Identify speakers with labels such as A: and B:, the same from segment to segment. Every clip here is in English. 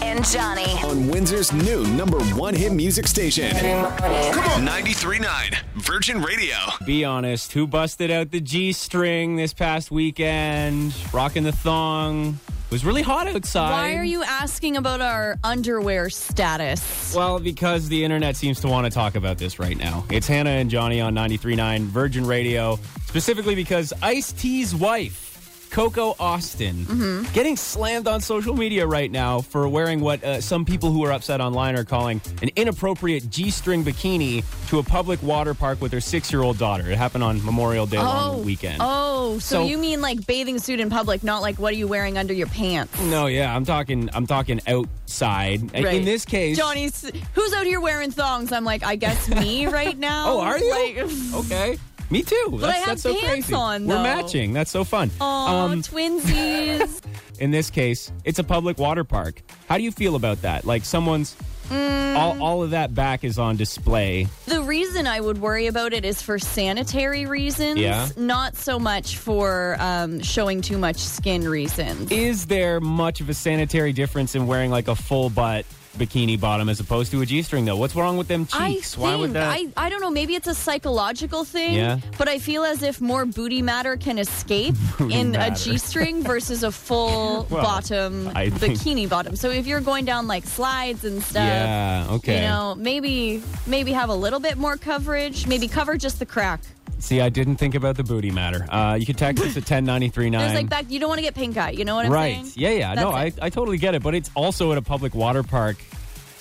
A: and Johnny.
B: on Windsor's new number one hit music station.
A: Come on.
B: 93.9 Virgin Radio.
C: Be honest, who busted out the G string this past weekend? Rocking the thong. It was really hot outside.
D: Why are you asking about our underwear status?
C: Well, because the internet seems to want to talk about this right now. It's Hannah and Johnny on 93.9 Virgin Radio, specifically because Ice T's wife, Coco Austin,
D: Mm-hmm.
C: getting slammed on social media right now for wearing what uh, some people who are upset online are calling an inappropriate G string bikini to a public water park with her six year old daughter. It happened on Memorial Day long weekend.
D: Oh,
C: So-
D: so, you mean like bathing suit in public, not like what are you wearing under your pants?
C: No, yeah, I'm talking. I'm talking outside.
D: Right.
C: In this case,
D: Johnny's who's out here wearing thongs? I'm like, I guess me right now.
C: Oh, are you?
D: Like,
C: okay. Me too. But that's,
D: I have
C: that's so
D: pants
C: crazy.
D: on,
C: We're
D: though.
C: matching. That's so fun. Um,
D: Aw, twinsies.
C: in this case, it's a public water park. How do you feel about that? Like someone's
D: Mm.
C: all, all of that back is on display.
D: The reason I would worry about it is for sanitary reasons,
C: Yeah.
D: not so much for um, showing too much skin reasons.
C: Is there much of a sanitary difference in wearing like a full butt bikini bottom as opposed to a g-string though? What's wrong with them cheeks?
D: I think,
C: Why would that?
D: I, I don't know, maybe it's a psychological thing,
C: Yeah.
D: but I feel as if more booty matter can escape in
C: matter.
D: a G string versus a full
C: Well,
D: bottom
C: I think-
D: bikini bottom. So if you're going down like slides and stuff.
C: yeah. Okay.
D: uh, You know, maybe maybe have a little bit more coverage. Maybe cover just the crack.
C: See, I didn't think about the booty matter. Uh, you can text us at ten ninety three nine.
D: There's like back. You don't want to get pink eye. You know what I'm
C: right.
D: saying?
C: Yeah, yeah. no, I,
D: That's
C: I totally get it, but it's also at a public water park.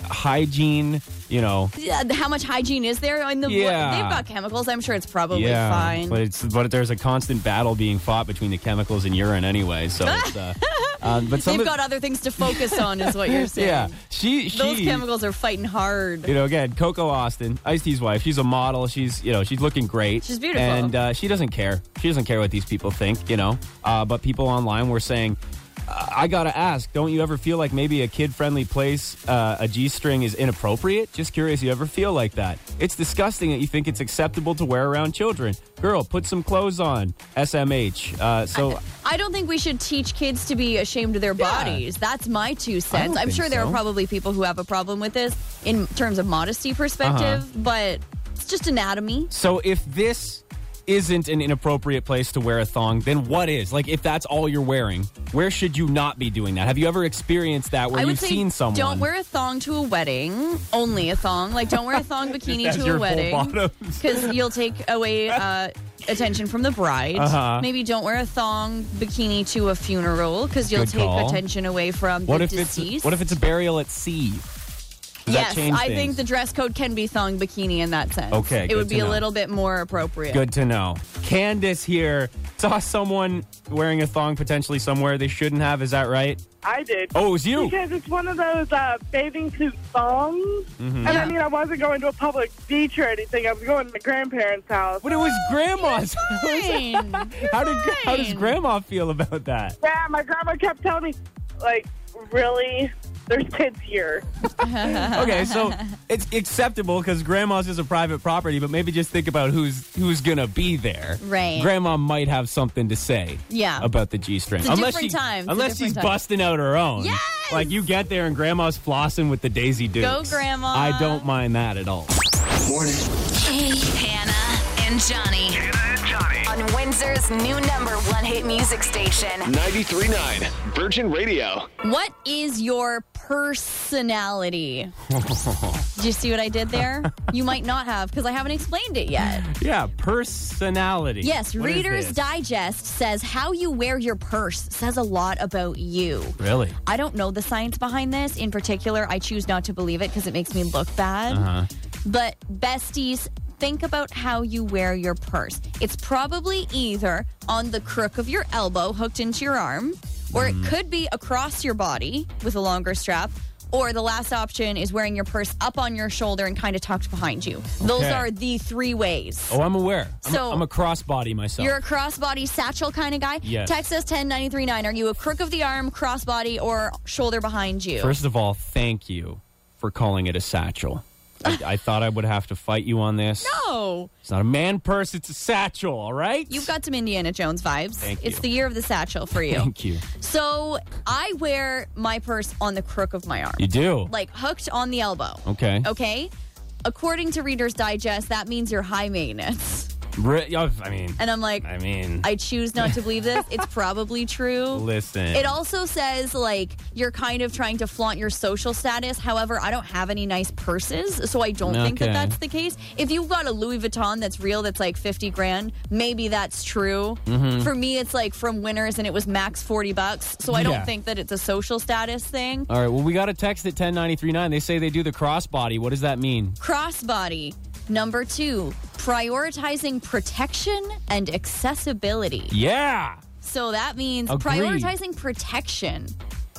C: Hygiene, you know.
D: Yeah, how much hygiene is there in the
C: Yeah.
D: they've got chemicals i'm sure it's probably fine
C: But it's but there's a constant battle being fought between the chemicals and urine anyway. So it's, uh, um, but some
D: they've
C: of,
D: got other things to focus on is what you're saying
C: yeah, she she
D: those chemicals are fighting hard
C: you know, again, Coco Austin, Ice T's wife. She's a model. She's, you know, she's looking great.
D: She's beautiful.
C: and uh, she doesn't care. She doesn't care what these people think, you know. Uh, but people online were saying, I-, I gotta ask, don't you ever feel like maybe a kid-friendly place, uh, a g-string is inappropriate? Just curious, you ever feel like that? It's disgusting that you think it's acceptable to wear around children. Girl, put some clothes on. SMH. Uh, so.
D: i don't think we should teach kids to be ashamed of their bodies that's my two
C: I
D: cents
C: don't
D: i'm
C: think
D: sure there
C: so.
D: are probably people who have a problem with this in terms of modesty perspective but it's just anatomy
C: Uh-huh. So if this isn't an inappropriate place to wear a thong, then what is? Like if that's all you're wearing, where should you not be doing that? Have you ever experienced that where
D: I would
C: you've
D: say
C: seen someone?
D: don't wear a thong to a wedding. Only a thong. Like don't wear a thong bikini
C: That's
D: to
C: your
D: a
C: full
D: wedding
C: bottom.
D: because you'll take away uh, attention from the bride.
C: Uh-huh.
D: Maybe don't wear a thong bikini to a funeral because you'll
C: Good
D: take
C: call.
D: attention away from
C: what
D: the
C: if
D: deceased.
C: it's what if it's a burial at sea? Does
D: yes,
C: that change
D: I think
C: things?
D: the dress code can be thong bikini in that sense.
C: Okay,
D: it
C: good
D: would
C: to
D: be
C: know.
D: a little bit more appropriate.
C: Good to know. Candace here saw someone wearing a thong potentially somewhere they shouldn't have. Is that right?
E: I did.
C: Oh, it was you.
E: Because it's one of those uh, bathing suit thongs.
C: Mm-hmm.
E: And I mean, I wasn't going to a public beach or anything. I was going to my grandparents' house.
C: But it was grandma's.
D: Fine.
C: how did how does
D: fine.
C: grandma feel about that?
E: Yeah, my grandma kept telling me, like, really? There's kids here.
C: okay, so it's acceptable because grandma's is a private property, but maybe just think about who's who's gonna be there.
D: Right.
C: Grandma might have something to say.
D: Yeah.
C: About the G string.
D: It's a different time. It's a
C: Unless
D: different
C: she's
D: time.
C: busting out her own.
D: Yes!
C: Like you get there and grandma's flossing with the Daisy Dukes.
D: Go, Grandma.
C: I don't mind that at all.
A: Hannah and Johnny.
F: Hannah and Johnny.
A: On Windsor's new number one hit music station.
B: 93.9 Virgin Radio.
D: What is your personality? Did you see what I did there? You might not have because I haven't explained it yet.
C: Yeah, personality.
D: Yes,
C: What is
D: Reader's
C: this?
D: Digest says how you wear your purse says a lot about you.
C: Really?
D: I don't know the science behind this. In particular, I choose not to believe it because it makes me look bad.
C: Uh-huh.
D: But besties, think about how you wear your purse. It's probably either on the crook of your elbow, hooked into your arm, or
C: Mm.
D: it could be across your body with a longer strap. Or the last option is wearing your purse up on your shoulder and kind of tucked behind you. Those
C: Okay.
D: are the three ways.
C: Oh, I'm aware. I'm,
D: So-
C: a, I'm a crossbody myself.
D: You're a crossbody satchel kind of guy.
C: Yes.
D: Text us 10939. Are you a crook of the arm, crossbody, or shoulder behind you?
C: First of all, thank you for calling it a satchel. I, I thought I would have to fight you on this.
D: Oh,
C: It's not a man purse, it's a satchel, all right?
D: you've got some Indiana Jones vibes.
C: Thank
D: It's
C: you.
D: the year of the satchel for you.
C: Thank you.
D: So I wear my purse on the crook of my arm,
C: You do?
D: like hooked on the elbow.
C: okay.
D: Okay. According to Reader's Digest, that means you're high maintenance.
C: Re- oh, I mean,
D: And I'm like,
C: I mean,
D: I choose not to believe this. It's probably true.
C: listen.
D: It also says like you're kind of trying to flaunt your social status. However, I don't have any nice purses, so I don't think that
C: Okay.
D: that's the case. If you've got a Louis Vuitton that's real, that's like fifty grand, maybe that's true.
C: Mm-hmm.
D: For me, it's like from Winners, and it was max forty bucks. So I don't
C: Yeah.
D: think that it's a social status thing.
C: all right, well, we got a text at 10939. They say they do the crossbody. What does that mean?
D: Crossbody. Number two, prioritizing protection and accessibility.
C: Yeah.
D: So that means
C: Agreed.
D: prioritizing protection.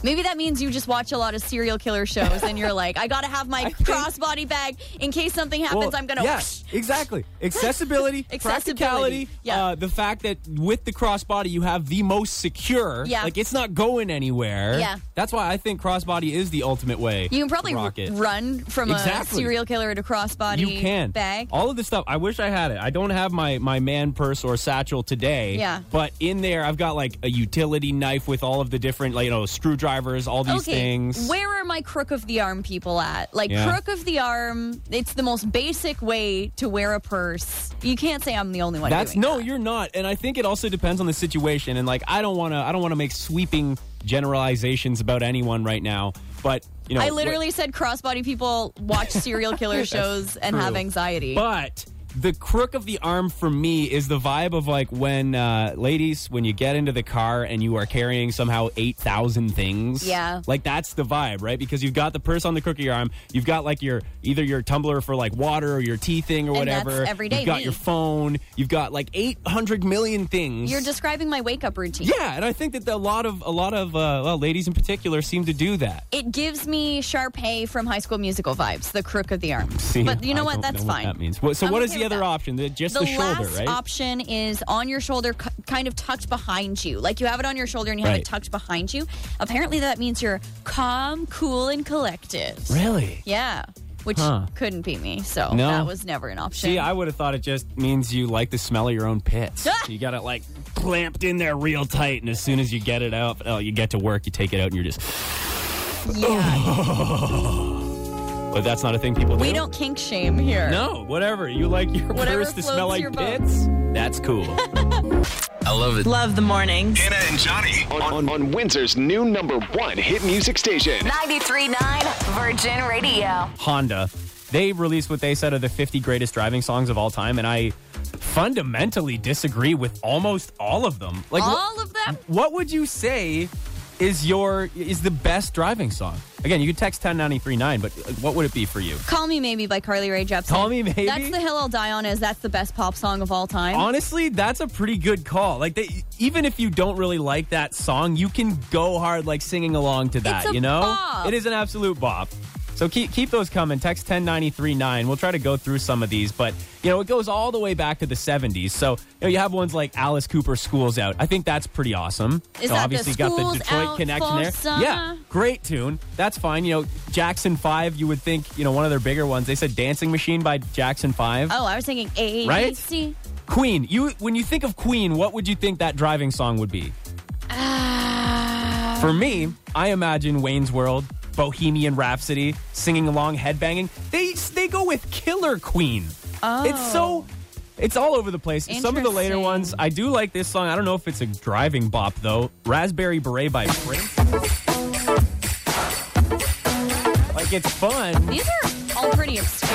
D: Maybe that means you just watch a lot of serial killer shows and you're like, I gotta have my crossbody bag in case something happens. I'm gonna.
C: Yes, exactly. Accessibility,
D: Accessibility,
C: practicality.
D: yeah.
C: Uh, the fact that with the crossbody you have the most secure.
D: Yeah.
C: Like it's not going anywhere.
D: Yeah.
C: That's why I think crossbody is the ultimate way.
D: You can
C: to
D: probably
C: rock it.
D: run from
C: Exactly.
D: a serial killer to crossbody
C: you can
D: bag.
C: all of this stuff i wish i had it i don't have my my man purse or satchel today
D: Yeah.
C: but in there i've got like a utility knife with all of the different like you know screwdrivers all these
D: okay,
C: things
D: where are my crook of the arm people at? Like
C: Yeah.
D: crook of the arm, it's the most basic way to wear a purse. You can't say I'm the only one.
C: that's
D: doing
C: no
D: that.
C: you're not and i think it also depends on the situation and like i don't want to i don't want to make sweeping generalizations about anyone right now but you know
D: I
C: what-
D: literally said crossbody people watch serial killer shows and have
C: true.
D: anxiety.
C: But the crook of the arm for me is the vibe of like when uh, ladies, when you get into the car and you are carrying somehow eight thousand things.
D: Yeah.
C: like that's the vibe, right? Because you've got the purse on the crook of your arm. You've got like your either your tumbler for like water or your tea thing or
D: And that's
C: whatever.
D: everyday
C: You've got
D: me.
C: your phone. You've got like eight hundred million things.
D: You're describing my wake up routine.
C: yeah, and I think that a lot of a lot of uh, well, ladies in particular seem to do that.
D: It gives me Sharpay from High School Musical vibes, the crook of the arm.
C: See,
D: but you know
C: I
D: what?
C: don't
D: That's
C: know
D: fine.
C: What that means. What- So,
D: I'm
C: what is the
D: okay with
C: other
D: that.
C: option? The- Just the,
D: The,
C: shoulder,
D: last
C: right?
D: option is on your shoulder, cu- kind of tucked behind you. Like you have it on your shoulder and you have
C: Right.
D: it tucked behind you. Apparently, that means you're calm, cool, and collected.
C: really?
D: Yeah. Which
C: Huh.
D: couldn't be me. So
C: No.
D: that was never an option.
C: See, I would have thought it just means you like the smell of your own pits. you got it like clamped in there real tight, and as soon as you get it out, oh, you get to work, you take it out, and you're just.
D: yeah.
C: But that's not a thing people do.
D: we don't kink shame here.
C: No, whatever. You like your
D: Whatever
C: purse to smell
D: floats
C: like
D: your boat.
C: pits? That's cool.
F: I love it.
G: Love the mornings.
B: Hannah and Johnny on, on, on Windsor's new number one hit music station.
A: 93.9 Virgin Radio.
C: Honda. They released what they said are the 50 greatest driving songs of all time, and I fundamentally disagree with almost all of them. Like wh-
D: All of them?
C: What would you say is your is the best driving song? Again, you could text 10939, but uh, what would it be for you?
D: Call Me Maybe by Carly Rae Jepsen.
C: Call Me Maybe?
D: That's the hill I'll die on. Is that's the best pop song of all time.
C: Honestly, that's a pretty good call. Like they, even if you don't really like that song, you can go hard like singing along to that,
D: It's a
C: you know?
D: bop.
C: It is an absolute bop. So keep keep those coming. Text 10939. We'll try to go through some of these, but you know, it goes all the way back to the 70s. So, you know, you have ones like Alice Cooper Schools Out. I think that's pretty awesome.
D: Is
C: so
D: that the
C: obviously got the
D: School's
C: Detroit
D: Out
C: connection
D: for
C: there.
D: summer?
C: Yeah. Great tune. That's fine. You know, Jackson 5, you would think, you know, one of their bigger ones. They said Dancing Machine by Jackson 5.
D: Oh, I was thinking A
C: Right?
D: B, C.
C: Queen. You when you think of Queen, what would you think that driving song would be?
D: Uh,
C: For me, I imagine Wayne's World, Bohemian Rhapsody, singing along, headbanging. They they go with Killer Queen.
D: Oh.
C: It's so it's all over the place. Some of the later
D: Interesting.
C: ones, I do like this song. I don't know if it's a driving bop though. Raspberry Beret by Prince. Like it's fun,
D: These are all pretty obscure.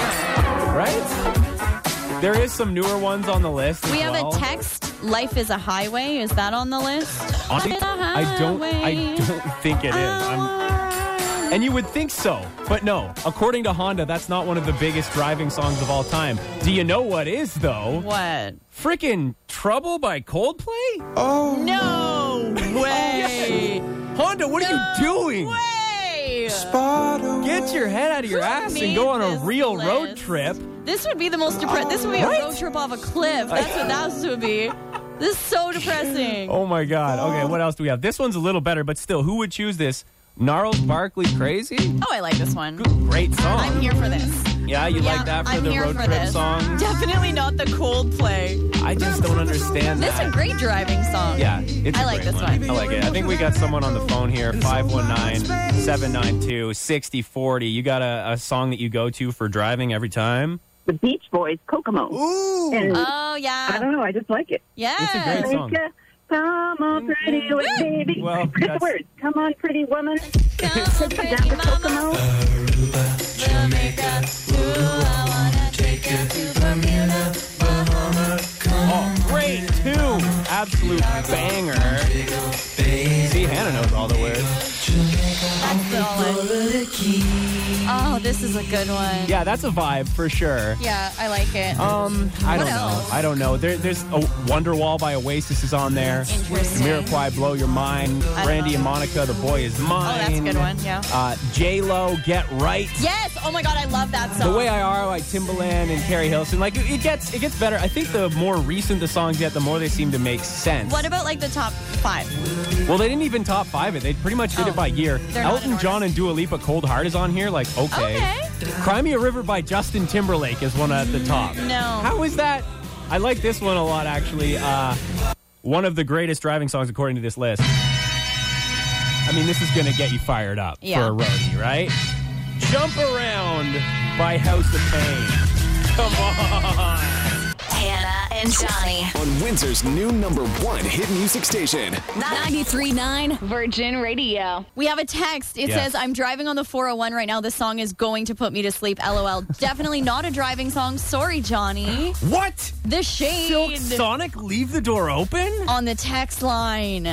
C: right? There is some newer ones on the list. as
D: We have
C: well.
D: a text. Life is a highway. Is that on the list?
C: Honestly,
D: Life is a
C: I don't. I
D: highway.
C: don't think it is. I'm- and you would think so, but no. According to Honda, that's not one of the biggest driving songs of all time. Do you know what is though?
D: What?
C: Freaking "Trouble" by Coldplay.
D: No way.
C: Honda, what are you doing?
D: way.
C: Get your head out of your
D: Who
C: ass and
D: made
C: go on a
D: this
C: real road
D: list?
C: trip.
D: This would be the most depressing. This would be
C: Right?
D: a road trip off a cliff. That's what that would be. This is so depressing.
C: Oh my God. Okay, what else do we have? This one's a little better, but still, who would choose this? Gnarls Barkley Crazy?
D: Oh, I like this one.
C: Great song.
D: I'm here for this.
C: Yeah, you like that for
D: I'm
C: the
D: here
C: road
D: for
C: trip
D: this.
C: song?
D: Definitely not the Coldplay.
C: I just don't understand
D: This is a
C: that.
D: great driving song.
C: yeah, it's
D: I
C: a
D: like
C: great
D: this one.
C: I like it. I think we got someone on the phone here 519 792 6040. You got a, a song that you go to for driving every time?
G: the Beach Boys, Kokomo.
C: Ooh!
G: And
D: Oh
G: I
D: yeah.
G: don't know, I just like it.
D: Yeah.
C: It's a great song.
G: Make ya Come on, pretty woman, baby.
C: Mm-hmm. Well,
G: Forget
C: that's-
G: the words. Come on, pretty woman.
D: Come
G: Down
D: on, baby
G: to
D: mama.
G: Kokomo.
D: Jamaica. Ooh, I wanna take you to Bermuda.
C: Oh, great too! Absolute banger. See, Hannah knows all the words.
D: That's the one. Oh, this is a good one.
C: Yeah, that's a vibe for sure.
D: Yeah, I like it.
C: Um, I
D: What
C: don't know.
D: else?
C: I don't know. There, there's a Wonderwall by Oasis is on there.
D: Interesting.
C: Jamiroquai, Blow Your Mind.
D: don't
C: Brandy
D: know.
C: and Monica, The Boy Is Mine.
D: Oh, that's a good one. Yeah.
C: Uh, J Lo, Get Right.
D: Yes. Oh my God, I love that song.
C: The way I are, like Timbaland and Carrie Hilson, like it it gets it gets better. I think the more recent the songs get, the more they seem to make sense.
D: What about like the top five?
C: well, they didn't even top five it. They pretty much did
D: Oh,
C: it by year.
D: they're not in
C: Elton
D: order.
C: John and Dua Lipa, Cold Heart is on here. Like okay,
D: Okay.
C: Cry Me a River by Justin Timberlake is one at the top.
D: No.
C: How is that? I like this one a lot, actually. Uh, one of the greatest driving songs, according to this list. I mean, this is going to get you fired up
D: Yeah.
C: for a roadie, right? Jump Around by House of Pain. Come on.
A: Hannah and Johnny.
B: On Windsor's new number one hit music station.
A: 939 Virgin Radio.
D: We have a text. It
C: Yeah.
D: says, I'm driving on the 401 right now. This song is going to put me to sleep. LOL. Definitely not a driving song. Sorry, Johnny.
C: What? Silk
D: The shade
C: Sonic, leave the door open?
D: on the text line.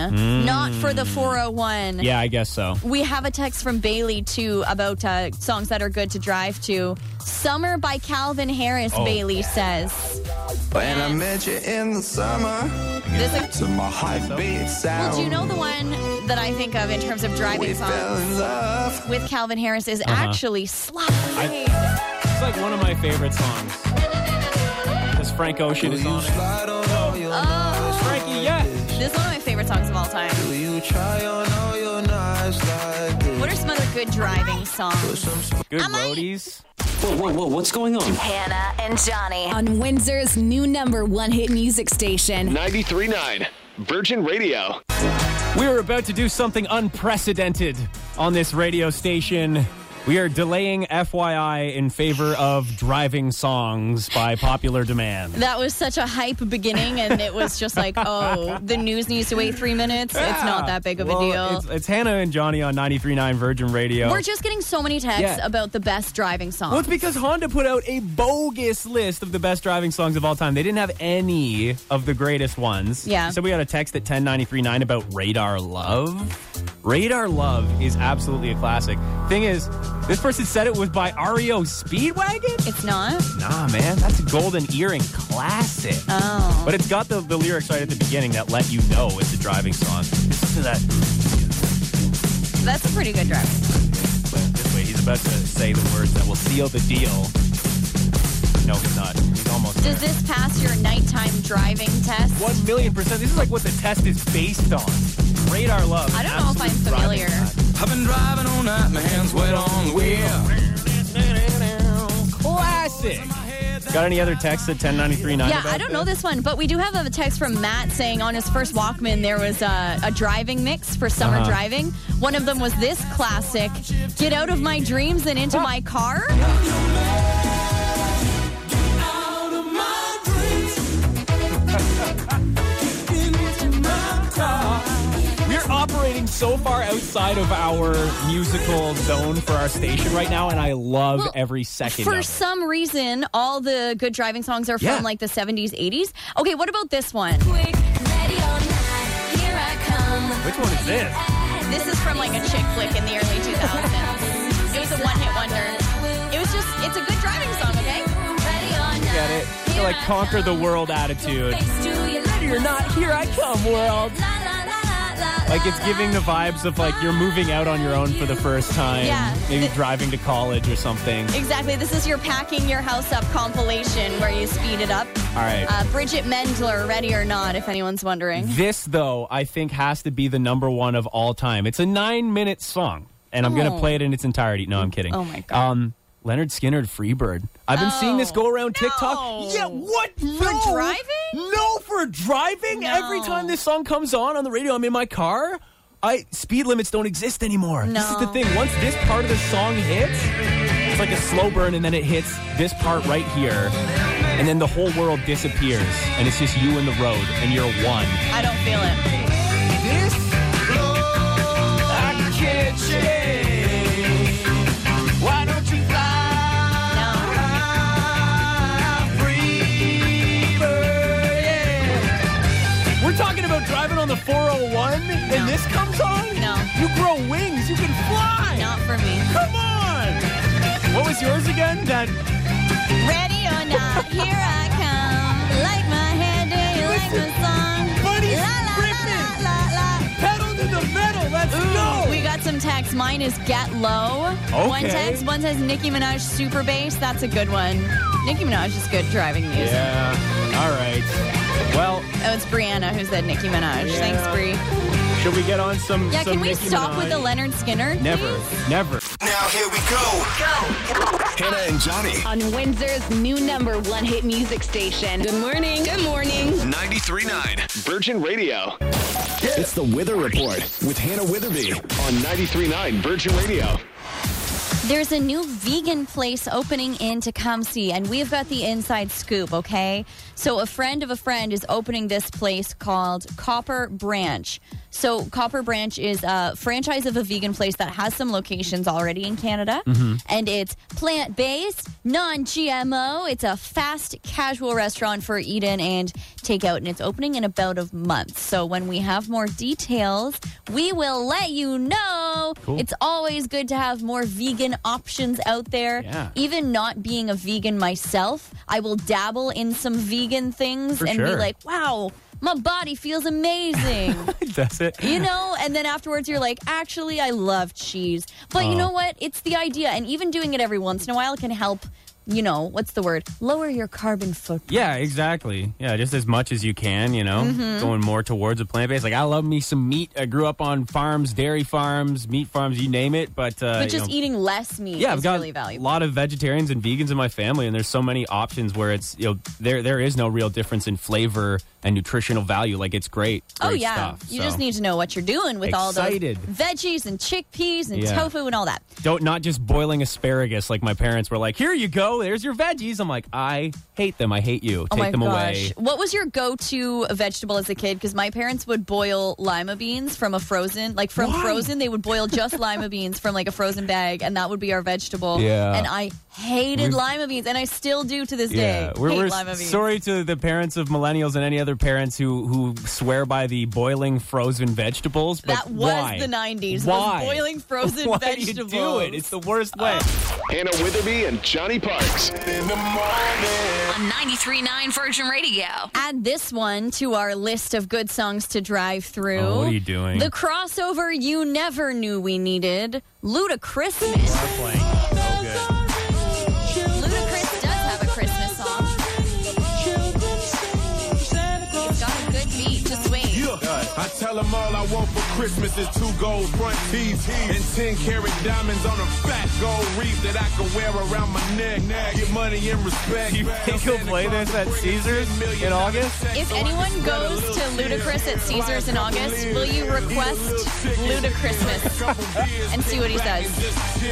D: Not for the 401.
C: Mm. Yeah, I guess so.
D: We have a text from Bailey too about uh, songs that are good to drive to. Summer by Calvin Harris,
C: Oh.
D: Bailey says.
H: When I met you in the summer,
D: This is,
H: to my heartbeat sound.
D: well, do you know the one that I think of in terms of driving
H: we fell
D: songs
H: in love.
D: with Calvin Harris
C: Uh-huh.
D: is actually Slide.
C: It's like one of my favorite songs. Because Frank Ocean is on it.
H: Slide on all your
D: Oh.
C: Frankie, yes.
D: This is one of my favorite songs of all time.
H: Do you try on all your knives like this?
D: What are some other good driving songs?
H: Some
C: Good
D: I might-
C: roadies.
F: Whoa, whoa, whoa, what's going on?
A: Hannah and Johnny.
I: On Windsor's new number one hit music station.
B: 93.9 Virgin Radio.
C: We are about to do something unprecedented on this radio station. We are delaying FYI in favor of driving songs by popular demand.
D: That was such a hype beginning, and it was just like, oh, the news needs to wait three minutes. It's not that big of a
C: Well,
D: deal.
C: It's, it's Hannah and Johnny on 93.9 Virgin Radio.
D: We're just getting so many texts
C: Yeah.
D: about the best driving songs.
C: well, it's because Honda put out a bogus list of the best driving songs of all time. They didn't have any of the greatest ones.
D: Yeah.
C: So we got a text at 10939 about Radar Love. Radar Love is absolutely a classic. Thing is, this person said it was by REO Speedwagon?
D: It's not?
C: Nah, man, that's a golden earring classic.
D: Oh.
C: But it's got the, the lyrics right at the beginning that let you know it's a driving song. Listen to that.
D: That's a pretty good driving song.
C: This way, he's about to say the words that will seal the deal. No, he's not. He's almost
D: Does
C: there.
D: this pass your nighttime driving test?
C: One million percent. This is like what the test is based on. Radar love.
D: I don't know if I'm
C: Absolute driving
D: familiar.
C: song.
H: I've been driving all night, my hands wet on the wheel.
C: Classic. Got any other texts at 10939?
D: Yeah, I don't know this one, but we do have a text from Matt saying on his first Walkman there was a, a driving mix for summer
C: Uh-huh.
D: driving. One of them was this classic Get Out of My Dreams and Into My Car.
C: We're operating so far outside of our musical zone for our station right now, and I love
D: Well,
C: every second
D: For
C: of it.
D: some reason, all the good driving songs are from
C: Yeah.
D: like the 70s, 80s. Okay, what about this one?
C: Which one is this?
D: This is from like a chick flick in the early 2000s. it was a one hit wonder. It was just, it's a good driving song, okay?
C: Get
D: uh,
C: it? It's like conquer the world attitude.
I: You're not here, I come, world.
C: Like it's giving the vibes of like you're moving out on your own for the first time.
D: Yeah.
C: Maybe driving to college or something.
D: Exactly. This is your packing your house up compilation where you speed it up.
C: All right.
D: Uh, Bridget Mendler, ready or not, if anyone's wondering.
C: This though, I think has to be the number one of all time. It's a nine minute song. and I'm going to
D: Oh.
C: play it in its entirety. No, I'm kidding.
D: Oh, my God.
C: Um, Leonard Skinner, Freebird. I've been seeing this
D: Oh,
C: go around
D: no.
C: TikTok. Yeah, what? No.
D: driving?
C: No, for driving. Every
D: No.
C: time this song comes on on the radio, I'm in my car. I speed limits don't exist anymore. This is the
D: No.
C: thing. Once this part of the song hits, it's like a slow burn, and then it hits this part right here, and then the whole world disappears, and it's just you and the road, and you're one.
D: I don't feel it. No.
C: We're talking about driving on the 401, and
D: No.
C: this comes on.
D: No.
C: you grow wings, you can fly.
D: Not for me.
C: Come on. What was yours again? That
D: Ready or not, here I come. Like my hair, do you like the song?
C: Buddy's
D: La la
C: ripping.
D: la la la la.
C: pedal to the metal. Let's go.
D: We got some texts. Mine is Get Low. One
C: Okay.
D: text, one says Nicki Minaj Super Bass. That's a good one. Nicki Minaj is good driving music.
C: yeah. All right. Well,
D: Oh, it's Brianna who said Nicki Minaj.
C: Yeah.
D: Thanks, Bri.
C: should we get on some?
D: Yeah,
C: some
D: can we
C: Nicki
D: stop
C: Minaj?
D: with the Leonard Skinner?
C: Never,
D: please?
C: never.
H: Now here we go.
B: Hannah and Johnny,
I: On Windsor's new number one hit music station.
J: Good morning. Good morning.
B: 93.9 Virgin Radio. It's the Wither Report with Hannah Witherby on 93.9 Virgin Radio.
D: There's a new vegan place opening in Tecumseh, and we've got the inside scoop, okay? So, a friend of a friend is opening this place called Copper Branch. So, Copper Branch is a franchise of a vegan place that has some locations already in Canada,
C: Mm-hmm.
D: and it's plant based, non GMO. It's a fast, casual restaurant for eat in and takeout, and it's opening in about a month. So, when we have more details, we will let you know.
C: Cool.
D: It's always good to have more vegan options out there.
C: Yeah.
D: Even not being a vegan myself, I will dabble in some vegan things
C: For
D: and be
C: sure.
D: like, wow, my body feels amazing.
C: That's it.
D: you know, and then afterwards you're like, actually, I love cheese. But
C: Oh.
D: you know what? It's the idea. And even doing it every once in a while can help, you know, what's the word? Lower your carbon footprint.
C: Yeah, exactly. Yeah, just as much as you can, you know,
D: Mm-hmm.
C: going more towards a plant based. Like I love me some meat. I grew up on farms, dairy farms, meat farms, you name it. But uh,
D: But
C: you
D: just
C: know,
D: eating less meat
C: yeah,
D: is
C: I've got
D: really
C: a
D: valuable.
C: lot of vegetarians and vegans in my family, and there's so many options where it's you know there there is no real difference in flavor and nutritional value. Like it's great.
D: Oh
C: great
D: yeah,
C: stuff,
D: you
C: so.
D: just need to know what you're doing with
C: Excited.
D: all those veggies and chickpeas and
C: Yeah.
D: tofu and all that.
C: don't not just boiling asparagus like my parents were like. Here you go. There's your veggies. I'm like I hate them. I hate you.
D: oh
C: Take
D: my
C: them away.
D: gosh, what was your go-to vegetable as a kid? Because my parents would boil lima beans from a frozen, like from
C: Why?
D: frozen, they would boil just lima beans from like a frozen bag, and that would be our vegetable.
C: Yeah.
D: and I hated
C: We've-
D: lima beans, and I still do to this day.
C: we're,
D: Hate
C: we're
D: lima beans.
C: sorry to the parents of millennials and any other parents who who swear by the boiling frozen vegetables. But
D: That was
C: why?
D: the 90s, was
C: Why
D: boiling frozen
C: why
D: vegetables. Oh.
C: Do you do it? It's the worst way.
B: Hannah Witherby and Johnny Parks.
I: On 93.9 Virgin Radio.
D: add this one to our list of good songs to drive through.
C: Oh, what are you doing?
D: The crossover you never knew we needed. Luda Christmas. Ludacris does have a Christmas song. It's got a good beat. Just wait.
H: I tell them all I want for Christmas is two gold front teeth and 10 karat diamonds on a fat gold reef that I can wear around my neck. Get money and respect.
C: You think he'll play this at Caesars in August?
D: If anyone goes to Ludacris at Caesars in August, will you request Ludacrismas and see what he says?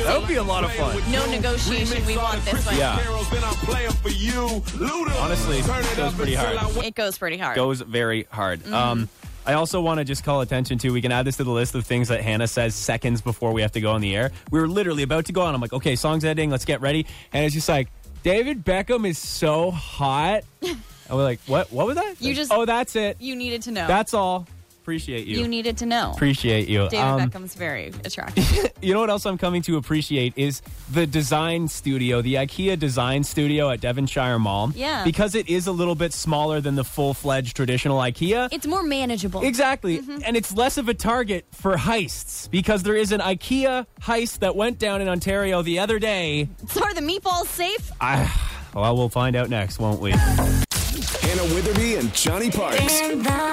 C: That would be a lot of fun.
D: No negotiation. We want this one.
C: Yeah.
H: Then I'm playing for you. Luda.
C: Honestly, it goes pretty hard.
D: It goes pretty hard.
C: Goes very hard. Um, I also want to just call attention to. We can add this to the list of things that Hannah says seconds before we have to go on the air. We were literally about to go on. I'm like, okay, song's ending. Let's get ready. And it's just like David Beckham is so hot. and we're like, what? What was that?
D: You
C: Like,
D: just-
C: Oh, that's it.
D: You needed to know.
C: That's all. Appreciate you.
D: you needed to know.
C: Appreciate you.
D: David
C: Um,
D: Beckham's very attractive.
C: you know what else I'm coming to appreciate is the design studio, the IKEA design studio at Devonshire Mall.
D: Yeah.
C: Because it is a little bit smaller than the full fledged traditional IKEA.
D: It's more manageable.
C: Exactly.
D: Mm-hmm.
C: And it's less of a target for heists because there is an IKEA heist that went down in Ontario the other day.
D: So are the meatballs safe?
C: Oh, Well, we'll find out next, won't we?
B: Hannah Witherby and Johnny Parks.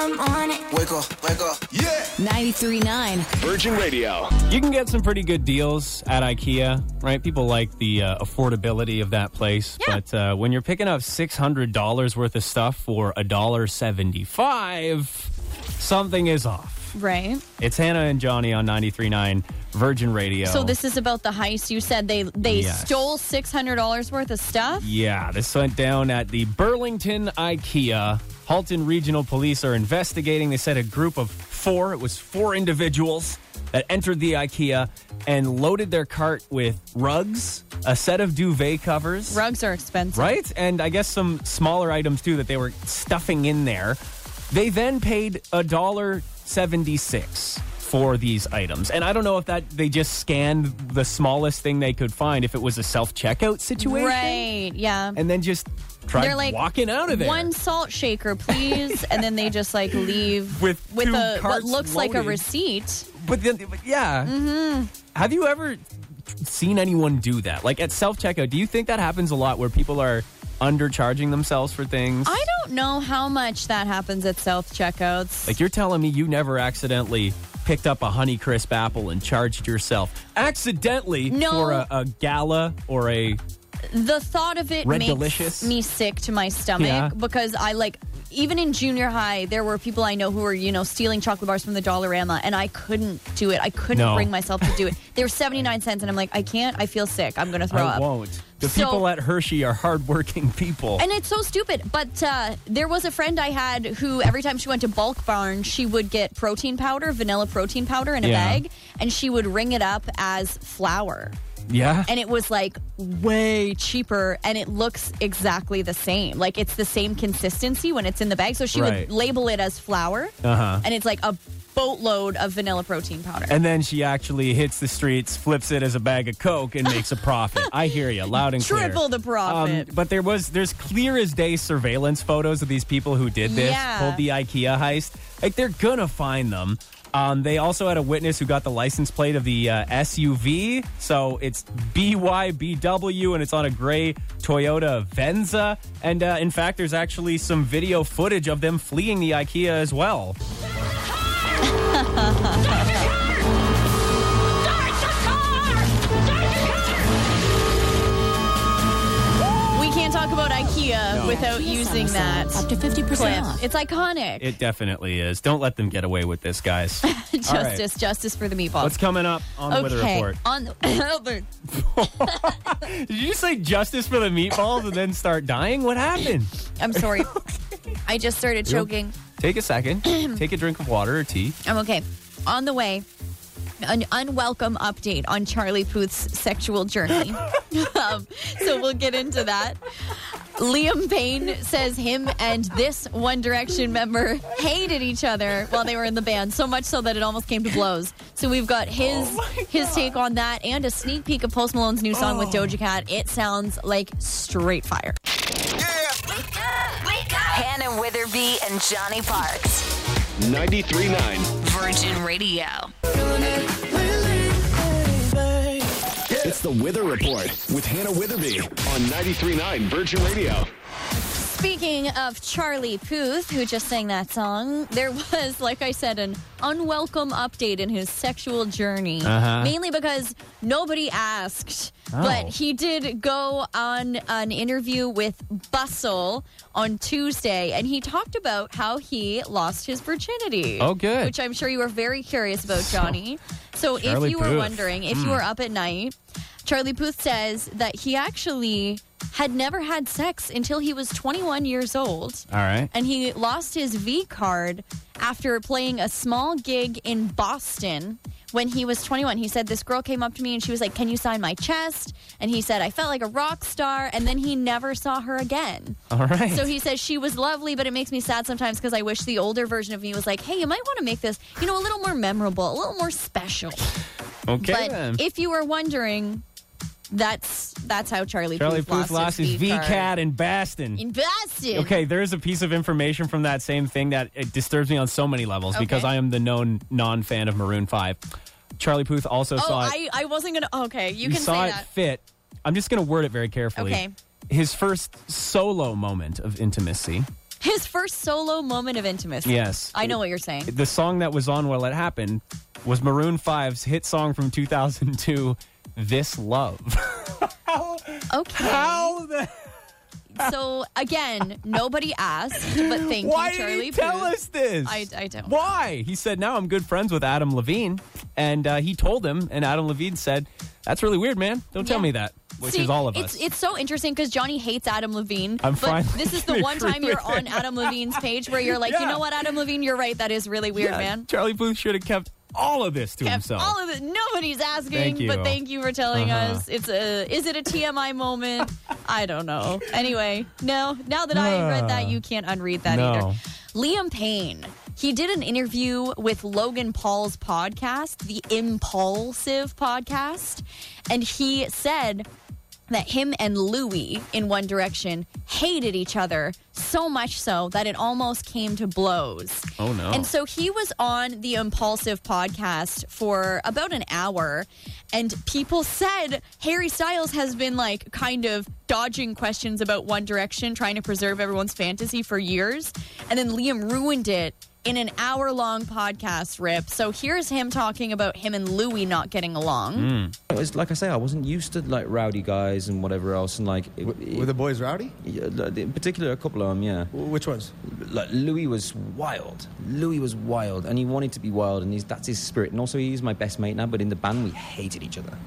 J: Wake up, wake up.
H: Yeah.
I: 939.
B: Virgin Radio.
C: You can get some pretty good deals at IKEA, right? People like the uh, affordability of that place.
D: Yeah.
C: But uh, when you're picking up six hundred dollars worth of stuff for a dollar seventy-five, something is off.
D: Right.
C: It's Hannah and Johnny on 93.9 Virgin Radio.
D: So this is about the heist. You said they they
C: Yes.
D: stole six hundred dollars worth of stuff.
C: Yeah, this went down at the Burlington IKEA. Halton Regional Police are investigating. They said a group of four, it was four individuals that entered the IKEA and loaded their cart with rugs, a set of duvet covers,
D: Rugs are expensive.
C: right? And I guess some smaller items too that they were stuffing in there. They then paid a dollar 76 for these items. And I don't know if that they just scanned the smallest thing they could find if it was a self-checkout situation
D: Right. Yeah.
C: and then just try
D: They're like
C: walking out of there.
D: One salt shaker, please, and then they just like leave
C: With
D: with
C: two
D: a what
C: carts
D: looks like a
C: loaded.
D: receipt.
C: But then, but yeah.
D: Mm-hmm.
C: Have you ever seen anyone do that? Like at self checkout, do you think that happens a lot where people are undercharging themselves for things?
D: I don't know how much that happens at self checkouts.
C: like you're telling me you never accidentally picked up a Honeycrisp apple and charged yourself accidentally
D: No.
C: for a, a gala or a
D: the thought of it
C: Red
D: makes
C: Delicious?
D: me sick to my stomach
C: Yeah.
D: because I like even in junior high there were people I know who were you know stealing chocolate bars from the Dollarama and I couldn't do it. I couldn't
C: No.
D: bring myself to do it. They were 79 cents and I'm like I can't. I feel sick. I'm going to throw
C: I
D: up.
C: won't. The
D: So-
C: people at Hershey are hardworking people.
D: And it's so stupid. But uh, there was a friend I had who, every time she went to Bulk Barn, she would get protein powder, vanilla protein powder in a
C: Yeah.
D: bag, and she would ring it up as flour.
C: yeah.
D: And it was like way cheaper, and it looks exactly the same. Like it's the same consistency when it's in the bag. So she
C: Right.
D: would label it as flour,
C: Uh-huh.
D: and it's like a boatload of vanilla protein powder.
C: And then she actually hits the streets, flips it as a bag of coke, and makes a profit. I hear you, loud and clear.
D: Triple the profit.
C: Um, but there was there's clear as day surveillance photos of these people who did this,
D: Yeah.
C: pulled the IKEA heist. Like they're gonna find them. Um, they also had a witness who got the license plate of the uh, SUV, so it's BYBW, and it's on a gray Toyota Venza. And uh, in fact, there's actually some video footage of them fleeing the IKEA as well. Um,
D: we can't talk about IKEA without using that.
I: Up to 50%
D: clip.
I: off.
D: It's iconic.
C: It definitely is. Don't let them get away with this, guys.
D: justice,
C: All right.
D: justice for the meatball.
C: What's coming up on the Weather Report?
D: On the Albert.
C: Did you just say justice for the meatballs and then start dying? What happened?
D: I'm sorry. I just started choking.
C: Take a second. Take a drink of water or tea.
D: I'm Oh, okay. On the way, an unwelcome update on Charlie Puth's sexual journey. um, so we'll get into that. Liam Payne says him and this One Direction member hated each other while they were in the band, so much so that it almost came to blows. So we've got his his take on that and a sneak peek of Post Malone's new song with Doja Cat. It sounds like straight fire.
A: Hannah Witherby and Johnny Parks.
B: 93.9.
A: Virgin Radio.
B: It's the Wither Report with Hannah Witherby on 93.9 Virgin Radio.
D: Speaking of Charlie Puth, who just sang that song, there was, like I said, an unwelcome update in his sexual journey.
C: Uh-huh. Oh.
D: Mainly because nobody asked. But he did go on an interview with Bustle on Tuesday, and he talked about how he lost his virginity.
C: Oh, good.
D: Which I'm sure you were very curious about, Johnny. So,
C: Charlie
D: if you
C: Puth. Hmm.
D: were wondering, if you were up at night, Charlie Puth says that he actually had never had sex until he was 21 years old.
C: All right.
D: And he lost his V card after playing a small gig in Boston when he was 21. He said, This girl came up to me and she was like, Can you sign my chest? And he said, I felt like a rock star. And then he never saw her again.
C: All right.
D: So he says she was lovely, but it makes me sad sometimes because I wish the older version of me was like, hey, you might want to make this, you know, a little more memorable, a little more special.
C: okay.
D: but
C: then.
D: if you were wondering, that's that's how Charlie,
C: Charlie
D: Puth,
C: Puth lost his V
D: V-card.
C: cat in Baston.
D: in Boston.
C: Okay, there is a piece of information from that same thing that it disturbs me on so many levels because
D: Okay.
C: I am the known non fan of Maroon Five. Charlie Puth also
D: Oh,
C: saw it.
D: I, I wasn't gonna. Okay,
C: you
D: you, can
C: saw
D: say
C: it
D: that.
C: fit. I'm just going to word it very carefully.
D: Okay.
C: his first solo moment of intimacy.
D: His first solo moment of intimacy.
C: Yes.
D: I know what you're saying.
C: The song that was on while it happened was Maroon 5's hit song from 2002, This Love.
D: Okay.
C: How the
D: So again, nobody asked, but thank
C: Why
D: you,
C: did
D: Charlie.
C: he tell
D: Puth.
C: us this?
D: I- I don't know.
C: Why? He said, "Now I'm good friends with Adam Levine," and uh, he told him, and Adam Levine said, "That's really weird, man. Don't tell
D: Yeah.
C: me that." Which
D: See,
C: is all of
D: it's,
C: us.
D: It's so interesting because Johnny hates Adam Levine.
C: I'm
D: but
C: finally
D: This is the
C: gonna
D: one
C: agree
D: time you're
C: with
D: on Adam Levine's page where you're like, you
C: Yeah.
D: know what, Adam Levine, you're right. That is really weird,
C: Yeah,
D: man.
C: Charlie Booth should have kept all of this to
D: Kept
C: himself.
D: All of it. Nobody's asking,
C: Thank you.
D: but thank you for telling
C: Uh-huh.
D: us. It's a. Is it a TMI moment? I don't know. Anyway, no. Now that I read that, you can't unread that
C: No.
D: either. Liam Payne. He did an interview with Logan Paul's podcast, the Impulsive podcast, and he said that him and Louis in One Direction hated each other so much so that it almost came to blows.
C: Oh, no.
D: And so he was on the Impulsive podcast for about an hour, and people said Harry Styles has been like kind of dodging questions about One Direction, trying to preserve everyone's fantasy for years. And then Liam ruined it in an hour long podcast rip. So here's him talking about him and Louis not getting along.
K: It was like I say, I wasn't used to like rowdy guys and whatever else, and like it,
L: Were the boys rowdy?
K: yeah, like, in particular a couple of them, yeah.
L: Which ones?
K: Like Louis was wild. Louis was wild, and he wanted to be wild, and he's, that's his spirit. And also, he's my best mate now. But in the band, we hated each other.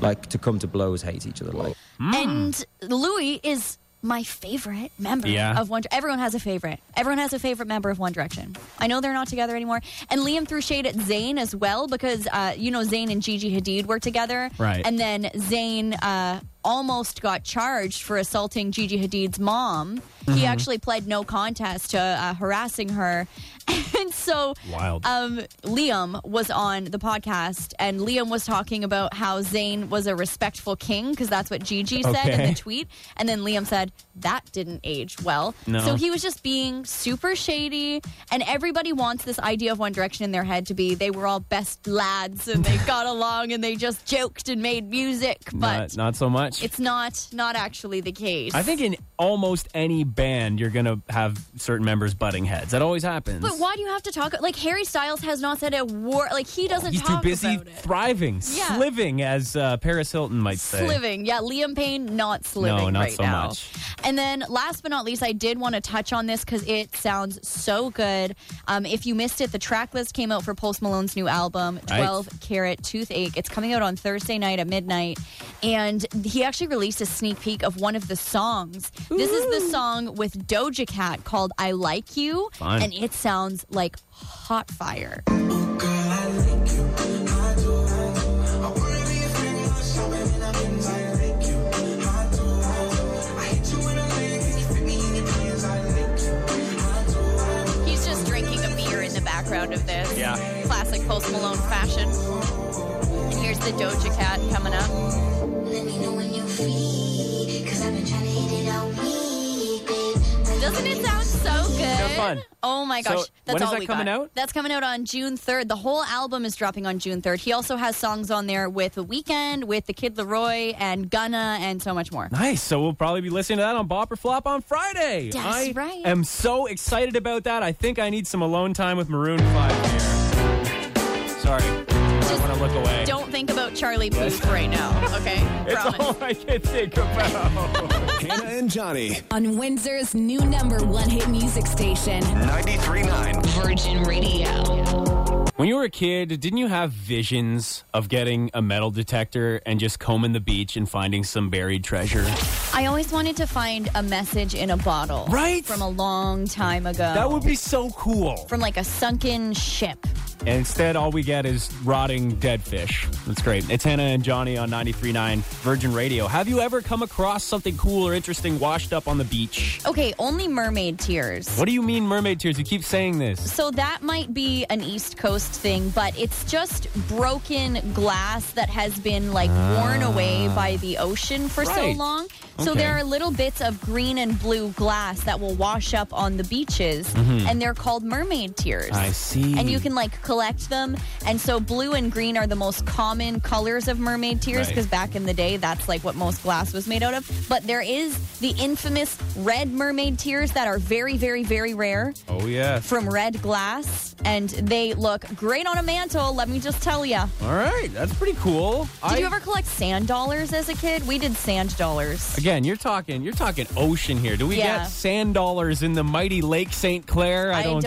K: Like to come to blows, hate each other. Like
D: And Louis is my favorite member
K: Yeah.
D: of One Everyone has a favorite. Everyone has a favorite member of One Direction. I know they're not together anymore. And Liam threw shade at Zayn as well because, uh, you know, Zayn and Gigi Hadid were together.
M: Right.
D: And then Zayn uh, almost got charged for assaulting Gigi Hadid's mom. He
M: Mhm.
D: actually pled no contest to uh, harassing her. And so
M: Wild.
D: um, Liam was on the podcast, and Liam was talking about how Zayn was a respectful king because that's what Gigi said in
M: Okay.
D: the tweet. And then Liam said that didn't age well.
M: No.
D: So he was just being super shady, and everybody wants this idea of One Direction in their head to be they were all best lads and they got along and they just joked and made music, but
C: not, not so much.
D: it's not not actually the case.
C: I think in almost any band, you're gonna have certain members butting heads. That always happens.
D: But why do you have to talk? Like Harry Styles has not said a word. Like he doesn't
C: He's too
D: talk
C: busy
D: about it.
C: thriving,
D: Yeah.
C: sliving, as uh, Paris Hilton might say.
D: Sliving. Yeah, Liam Payne not sliving
C: No, not
D: right
C: so
D: now.
C: much.
D: And then last but not least, I did want to touch on this because it sounds so good. Um, if you missed it, the track list came out for Post Malone's new album,
M: Right.
D: 12 Carat Toothache. It's coming out on Thursday night at midnight. And he actually released a sneak peek of one of the songs. This is the song with Doja Cat called I Like You.
M: Fine.
D: And it sounds like hot fire. He's just drinking a beer in the background of this.
M: Yeah.
D: Classic Post Malone fashion. And here's the Doja Cat coming up. Doesn't it sound so good?
M: Sounds fun.
D: Oh my
M: So,
D: gosh.
M: when
D: That's
M: is
D: all
M: that
D: we
M: coming
D: got.
M: out?
D: That's coming out on June 3rd. The whole album is dropping on June 3rd. He also has songs on there with The Weeknd, with The Kid Leroy, and Gunna, and so much more.
C: Nice. So we'll probably be listening to that on Bop or Flop on Friday.
D: That's
C: I
D: right.
C: am so excited about that. I think I need some alone time with Maroon 5 here. Sorry. I want to look away.
D: Don't think about Charlie Puth right now, okay?
C: it's
D: Promise.
C: all I can think about.
B: Hannah and Johnny.
I: On Windsor's new number one hit music station.
B: 93.9
I: Virgin Radio.
C: When you were a kid, didn't you have visions of getting a metal detector and just combing the beach and finding some buried treasure?
D: I always wanted to find a message in a bottle.
C: Right?
D: From a long time ago.
C: That would be so cool.
D: From like a sunken ship.
C: And instead, all we get is rotting dead fish. That's great. It's Hannah and Johnny on 93.9 Virgin Radio. Have you ever come across something cool or interesting washed up on the beach?
D: Okay, only mermaid tears.
C: What do you mean, mermaid tears? You keep saying this.
D: So that might be an East Coast thing, but it's just broken glass that has been like worn away by the ocean for
M: Ah. Right.
D: so long. So
M: Okay.
D: there are little bits of green and blue glass that will wash up on the beaches,
M: Mhm.
D: and they're called mermaid tears.
M: I see.
D: And you can like collect them. And so blue and green are the most common colors of mermaid tears
L: Right.
D: because back in the day, that's like what most glass was made out of. But there is the infamous red mermaid tears that are very, very, very rare
C: Oh, yes.
D: from red glass. And they look great on a mantle, let me just tell you.
C: All right. That's pretty cool.
D: Did you ever collect sand dollars as a kid? We did sand dollars.
C: Again, you're talking you're talking ocean here. Do we
D: Yeah.
C: get sand dollars in the mighty Lake St. Clair?
D: I don't think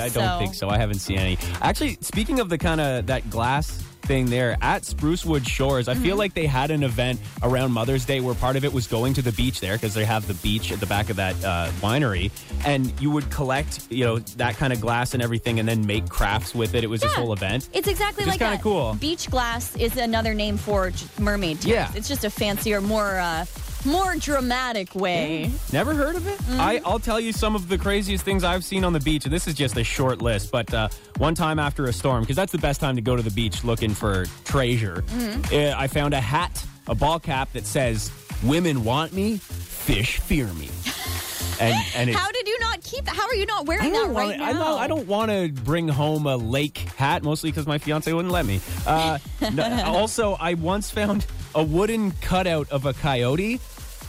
C: I don't
D: so.
C: think so. I haven't seen any. Actually, speaking of the kind of that glass thing there at Sprucewood Shores, I feel
D: Mm-hmm.
M: Mhm.
C: like they had an event around Mother's Day where part of it was going to the beach there because they have the beach at the back of that uh, winery, and you would collect you know that kind of glass and everything, and then make crafts with it. It was this whole event.
D: It's exactly
C: Which is
D: like
C: kinda
D: that.
C: cool.
D: Beach glass is another name for j- mermaid tears.
C: Yeah.
D: It's just a fancier, more uh, more dramatic way.
C: Never heard of it?
D: Mm-hmm.
C: I, I'll tell you some of the craziest things I've seen on the beach, and this is just a short list. But uh, one time after a storm, because that's the best time to go to the beach looking for treasure,
D: Mm-hmm.
M: Mhm.
C: uh, I found a hat, a ball cap that says "Women want me, fish fear me," and and it.
D: How did you not keep? How are you not wearing that
C: wanna-
D: right now?
C: I don't, I don't want to bring home a lake hat, mostly because my fiance wouldn't let me. Uh, no- also, I once found a wooden cutout of a coyote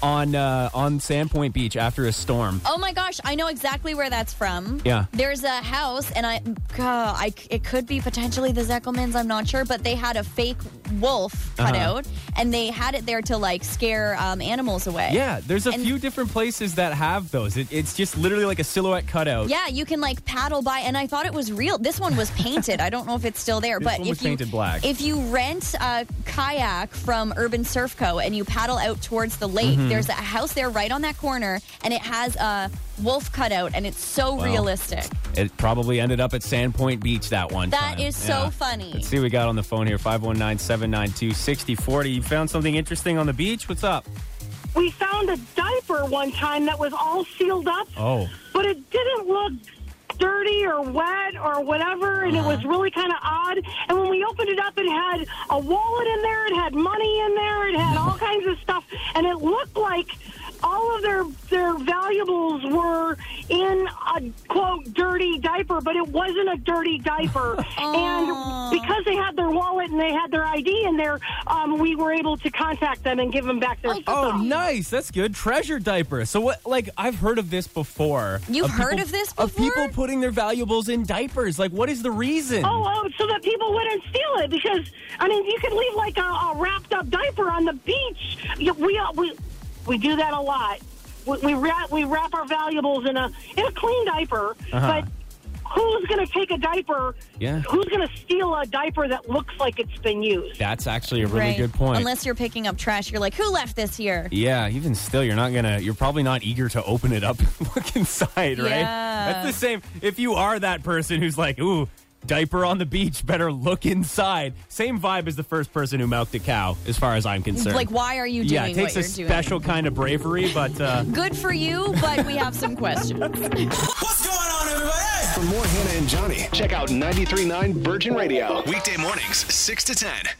C: on uh, on Sandpoint Beach after a storm.
D: Oh my gosh, I know exactly where that's from.
C: Yeah.
D: There's a house, and I, uh, I it could be potentially the Zeckelmans, I'm not sure, but they had a fake wolf cut
C: Uh-huh.
D: out, and they had it there to like scare um, animals away.
C: Yeah, there's a
D: And-
C: few different places that have those. It, it's just literally like a silhouette cutout.
D: Yeah, you can like paddle by, and I thought it was real. This one was painted. I don't know if it's still there,
C: This
D: but
C: one
D: if
C: was
D: you
C: painted black.
D: if you rent a kayak from Urban Surf Co. and you paddle out towards the lake,
C: Mhm.
D: there's a house there right on that corner, and it has a wolf cutout, and it's so
C: Wow.
D: realistic.
C: It probably ended up at Sandpoint Beach that one
D: That
C: time.
D: is so funny.
C: Let's see what we got on the phone here 519 792 6040. You found something interesting on the beach? What's up?
N: We found a diaper one time that was all sealed up,
C: Oh.
N: but it didn't look dirty or wet or whatever, and it was
C: Uh-huh.
N: really kind of odd. And when we opened it up, it had a wallet in there, it had money in there, it had all kinds of stuff, and it looked like all of their their valuables were in a quote dirty diaper, but it wasn't a dirty diaper.
C: Oh.
N: and because they had their wallet and they had their ID in there, um, we were able to contact them and give them back their stuff.
C: Oh, nice. That's good. Treasure diaper. So, what, like, I've heard of this before.
N: You've heard
C: people-
N: of this
C: Of people putting their valuables in diapers. Like, what is the reason?
N: Oh, oh, so that people wouldn't steal it because I mean, you could leave like a, a wrapped up diaper on the beach. You- We uh, we we do that a lot. We, we wrap we wrap our valuables in a in a clean diaper,
M: Uh-huh.
N: but. Who's going to take a diaper?
C: Yeah.
N: Who's going to steal a diaper that looks like it's been used?
C: That's actually a really good point.
D: Unless you're picking up trash, you're like, who left this here?
C: Yeah, even still, you're not gonna. You're probably not eager to open it up and look inside, right?
D: Yeah.
C: That's the same. If you are that person who's like, "Ooh, diaper on the beach, better look inside." Same vibe as the first person who milked a cow, as far as I'm concerned.
D: Like, why are you doing
C: Yeah, it takes
D: what
C: a
D: you're doing?
C: special kind of bravery, but uh,
D: Good for you, but we have some questions.
B: For more Hannah and Johnny, check out 93.9 Virgin Radio. Weekday mornings, 6 to 10.